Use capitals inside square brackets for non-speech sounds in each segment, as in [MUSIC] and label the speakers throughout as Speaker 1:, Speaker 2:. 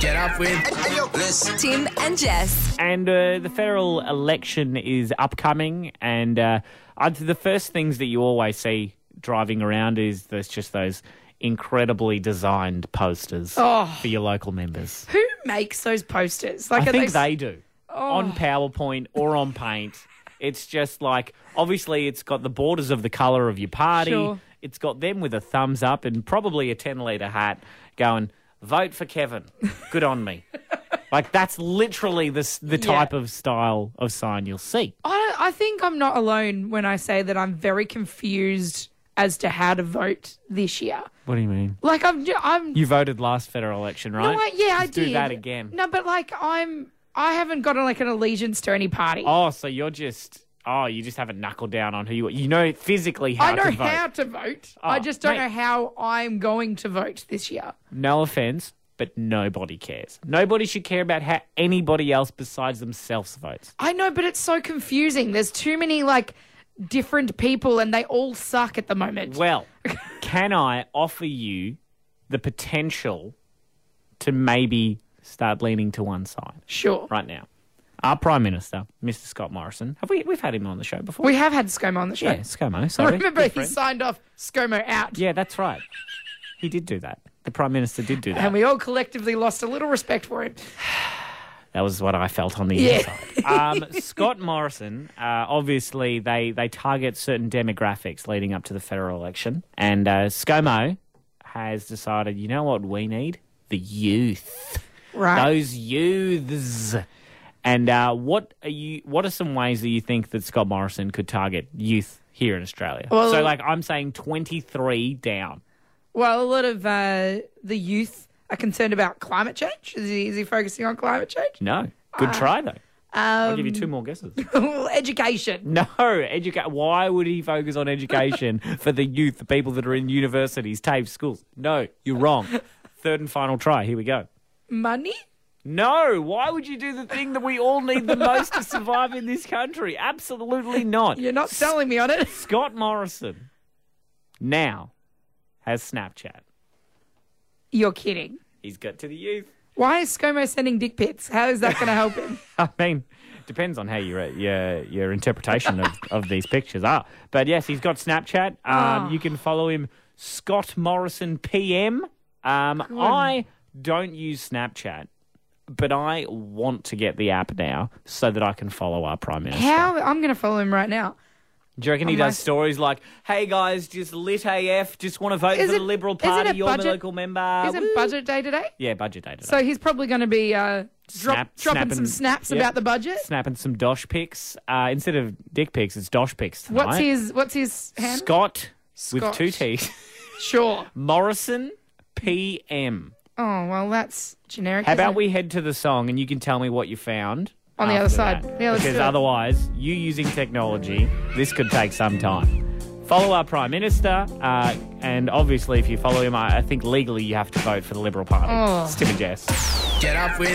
Speaker 1: get up with.
Speaker 2: Tim and Jess.
Speaker 3: And uh, the federal election is upcoming, and uh, I'd- the first things that you always see driving around is there's just those incredibly designed posters for your local members.
Speaker 4: Who makes those posters? Like,
Speaker 3: I
Speaker 4: are
Speaker 3: think
Speaker 4: they,
Speaker 3: they do on
Speaker 4: Oh.
Speaker 3: PowerPoint or on Paint. It's just like obviously it's got the borders of the color of your party.
Speaker 4: Sure.
Speaker 3: It's got them with a thumbs up and probably a ten liter hat going vote for Kevin. Good on
Speaker 4: [LAUGHS]
Speaker 3: me. like that's literally the s- the type of style of sign you'll see.
Speaker 4: I, don't- I think I'm not alone when I say that I'm very confused as to how to vote this year.
Speaker 3: What do you mean?
Speaker 4: Like, I'm, ju- I'm,
Speaker 3: You voted last federal election, right?
Speaker 4: no, I, yeah, I
Speaker 3: Let's
Speaker 4: did.
Speaker 3: Do that again.
Speaker 4: No, but like, I'm, I haven't got like an allegiance to any party.
Speaker 3: Oh, so you're just oh, you just haven't knuckled down on who you you know physically how
Speaker 4: I know
Speaker 3: to vote.
Speaker 4: how to vote. I
Speaker 3: Oh,
Speaker 4: just don't
Speaker 3: mate.
Speaker 4: know how I'm going to vote this year.
Speaker 3: No offense, but nobody cares. Nobody should care about how anybody else besides themselves votes.
Speaker 4: I know, but it's so confusing. There's too many like different people, and they all suck at the moment. [LAUGHS]
Speaker 3: Well, can I offer you the potential to maybe start leaning to one side
Speaker 4: sure,
Speaker 3: right now? Our Prime Minister, Mr. Scott Morrison, have we we've had him on the show before?
Speaker 4: we have had ScoMo on the show.
Speaker 3: yeah, ScoMo,
Speaker 4: I
Speaker 3: sorry.
Speaker 4: [LAUGHS] remember
Speaker 3: Good
Speaker 4: he
Speaker 3: friend.
Speaker 4: signed off ScoMo out,
Speaker 3: Yeah, that's right. He did do that. The Prime Minister did do that.
Speaker 4: and we all collectively lost a little respect for him.
Speaker 3: That was what I felt on the
Speaker 4: Yeah. [LAUGHS]
Speaker 3: inside. Um, Scott Morrison, uh, obviously, they, they target certain demographics leading up to the federal election. And uh, ScoMo has decided, you know what we need? The youth.
Speaker 4: Right.
Speaker 3: Those youths. And uh, what are you? What are some ways that you think that Scott Morrison could target youth here in Australia?
Speaker 4: Well-
Speaker 3: so, like, I'm saying 23 down.
Speaker 4: Well, a lot of uh, the youth are concerned about climate change. Is he, is he focusing on climate change?
Speaker 3: No,
Speaker 4: Uh,
Speaker 3: good try though. I'll
Speaker 4: um,
Speaker 3: give you two more guesses.
Speaker 4: [LAUGHS] well, education.
Speaker 3: [LAUGHS] No, educate. Why would he focus on
Speaker 4: [LAUGHS]
Speaker 3: education for the youth, the people that are in universities, TAFE schools? No, you're wrong. Third and final try. Here we go.
Speaker 4: Money?
Speaker 3: No, why would you do the thing that we all need the most to survive in this country? Absolutely not.
Speaker 4: You're not selling me on it. [LAUGHS]
Speaker 3: Scott Morrison now has Snapchat.
Speaker 4: You're kidding.
Speaker 3: He's got to the youth.
Speaker 4: Why is ScoMo sending dick pics? How is that going to help [LAUGHS] him?
Speaker 3: [LAUGHS] I mean, depends on how your uh, your your interpretation of, of these pictures are. But yes, he's got Snapchat. Um, You can follow him, Scott Morrison PM. Um, I don't use Snapchat, but I want to get the app now so that I can follow our prime minister.
Speaker 4: How? I'm going to follow him right now.
Speaker 3: Do you reckon he does stories like, "Hey guys, just lit AF, just want to vote
Speaker 4: Is
Speaker 3: for
Speaker 4: it-
Speaker 3: the Liberal
Speaker 4: is it
Speaker 3: Party.
Speaker 4: a
Speaker 3: You're my
Speaker 4: budget-
Speaker 3: local member."
Speaker 4: Isn't
Speaker 3: Woo.
Speaker 4: budget day today?
Speaker 3: yeah, budget data.
Speaker 4: So he's probably going to be uh, drop,
Speaker 3: Snap-
Speaker 4: dropping
Speaker 3: snapping-
Speaker 4: some snaps
Speaker 3: yep.
Speaker 4: about the budget.
Speaker 3: snapping some dosh pics uh, instead of dick pics. It's dosh pics tonight.
Speaker 4: What's his What's his hand?
Speaker 3: Scott, with
Speaker 4: Scott.
Speaker 3: two T's.
Speaker 4: Sure.
Speaker 3: Morrison PM.
Speaker 4: Oh well, that's generic.
Speaker 3: How
Speaker 4: isn't
Speaker 3: about
Speaker 4: it?
Speaker 3: we head to the song and you can tell me what you found
Speaker 4: On the other
Speaker 3: after
Speaker 4: side.
Speaker 3: that.
Speaker 4: Yeah, let's
Speaker 3: because
Speaker 4: do it.
Speaker 3: otherwise, you using technology, this could take some time. Follow our Prime Minister, uh, and obviously, if you follow him, I, I think legally you have to vote for the Liberal Party.
Speaker 4: Oh.
Speaker 3: It's Tim and Jess.
Speaker 1: Get up with.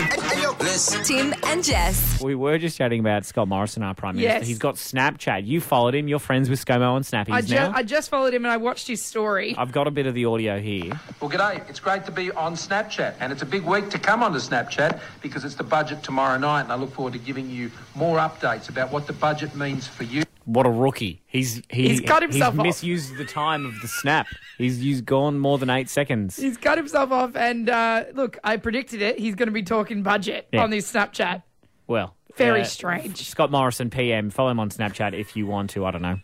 Speaker 2: Tim and Jess.
Speaker 3: We were just chatting about Scott Morrison, our Prime Minister.
Speaker 4: Yes.
Speaker 3: He's got Snapchat. You followed him. You're friends with ScoMo and Snappies
Speaker 4: I, ju-
Speaker 3: now.
Speaker 4: I just followed him and I watched his story.
Speaker 3: I've got a bit of the audio here.
Speaker 5: Well, g'day. It's great to be on Snapchat, and it's a big week to come onto Snapchat because it's the budget tomorrow night, and I look forward to giving you more updates about what the budget means for you.
Speaker 3: What a rookie! He's he,
Speaker 4: He's cut himself
Speaker 3: He's
Speaker 4: off.
Speaker 3: misused the time of the snap. He's used gone more than eight seconds.
Speaker 4: He's cut himself off, and uh, look, I predicted it. He's going to be talking budget
Speaker 3: Yeah.
Speaker 4: on his Snapchat.
Speaker 3: Well,
Speaker 4: Very
Speaker 3: uh,
Speaker 4: strange.
Speaker 3: Scott Morrison PM. Follow him on Snapchat if you want to. I don't know.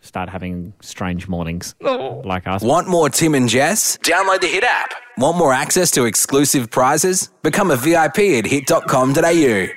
Speaker 3: Start having strange mornings
Speaker 4: Oh.
Speaker 3: like us.
Speaker 1: Want more Tim and Jess? Download the Hit app. Want more access to exclusive prizes? Become a VIP at hit.com.au.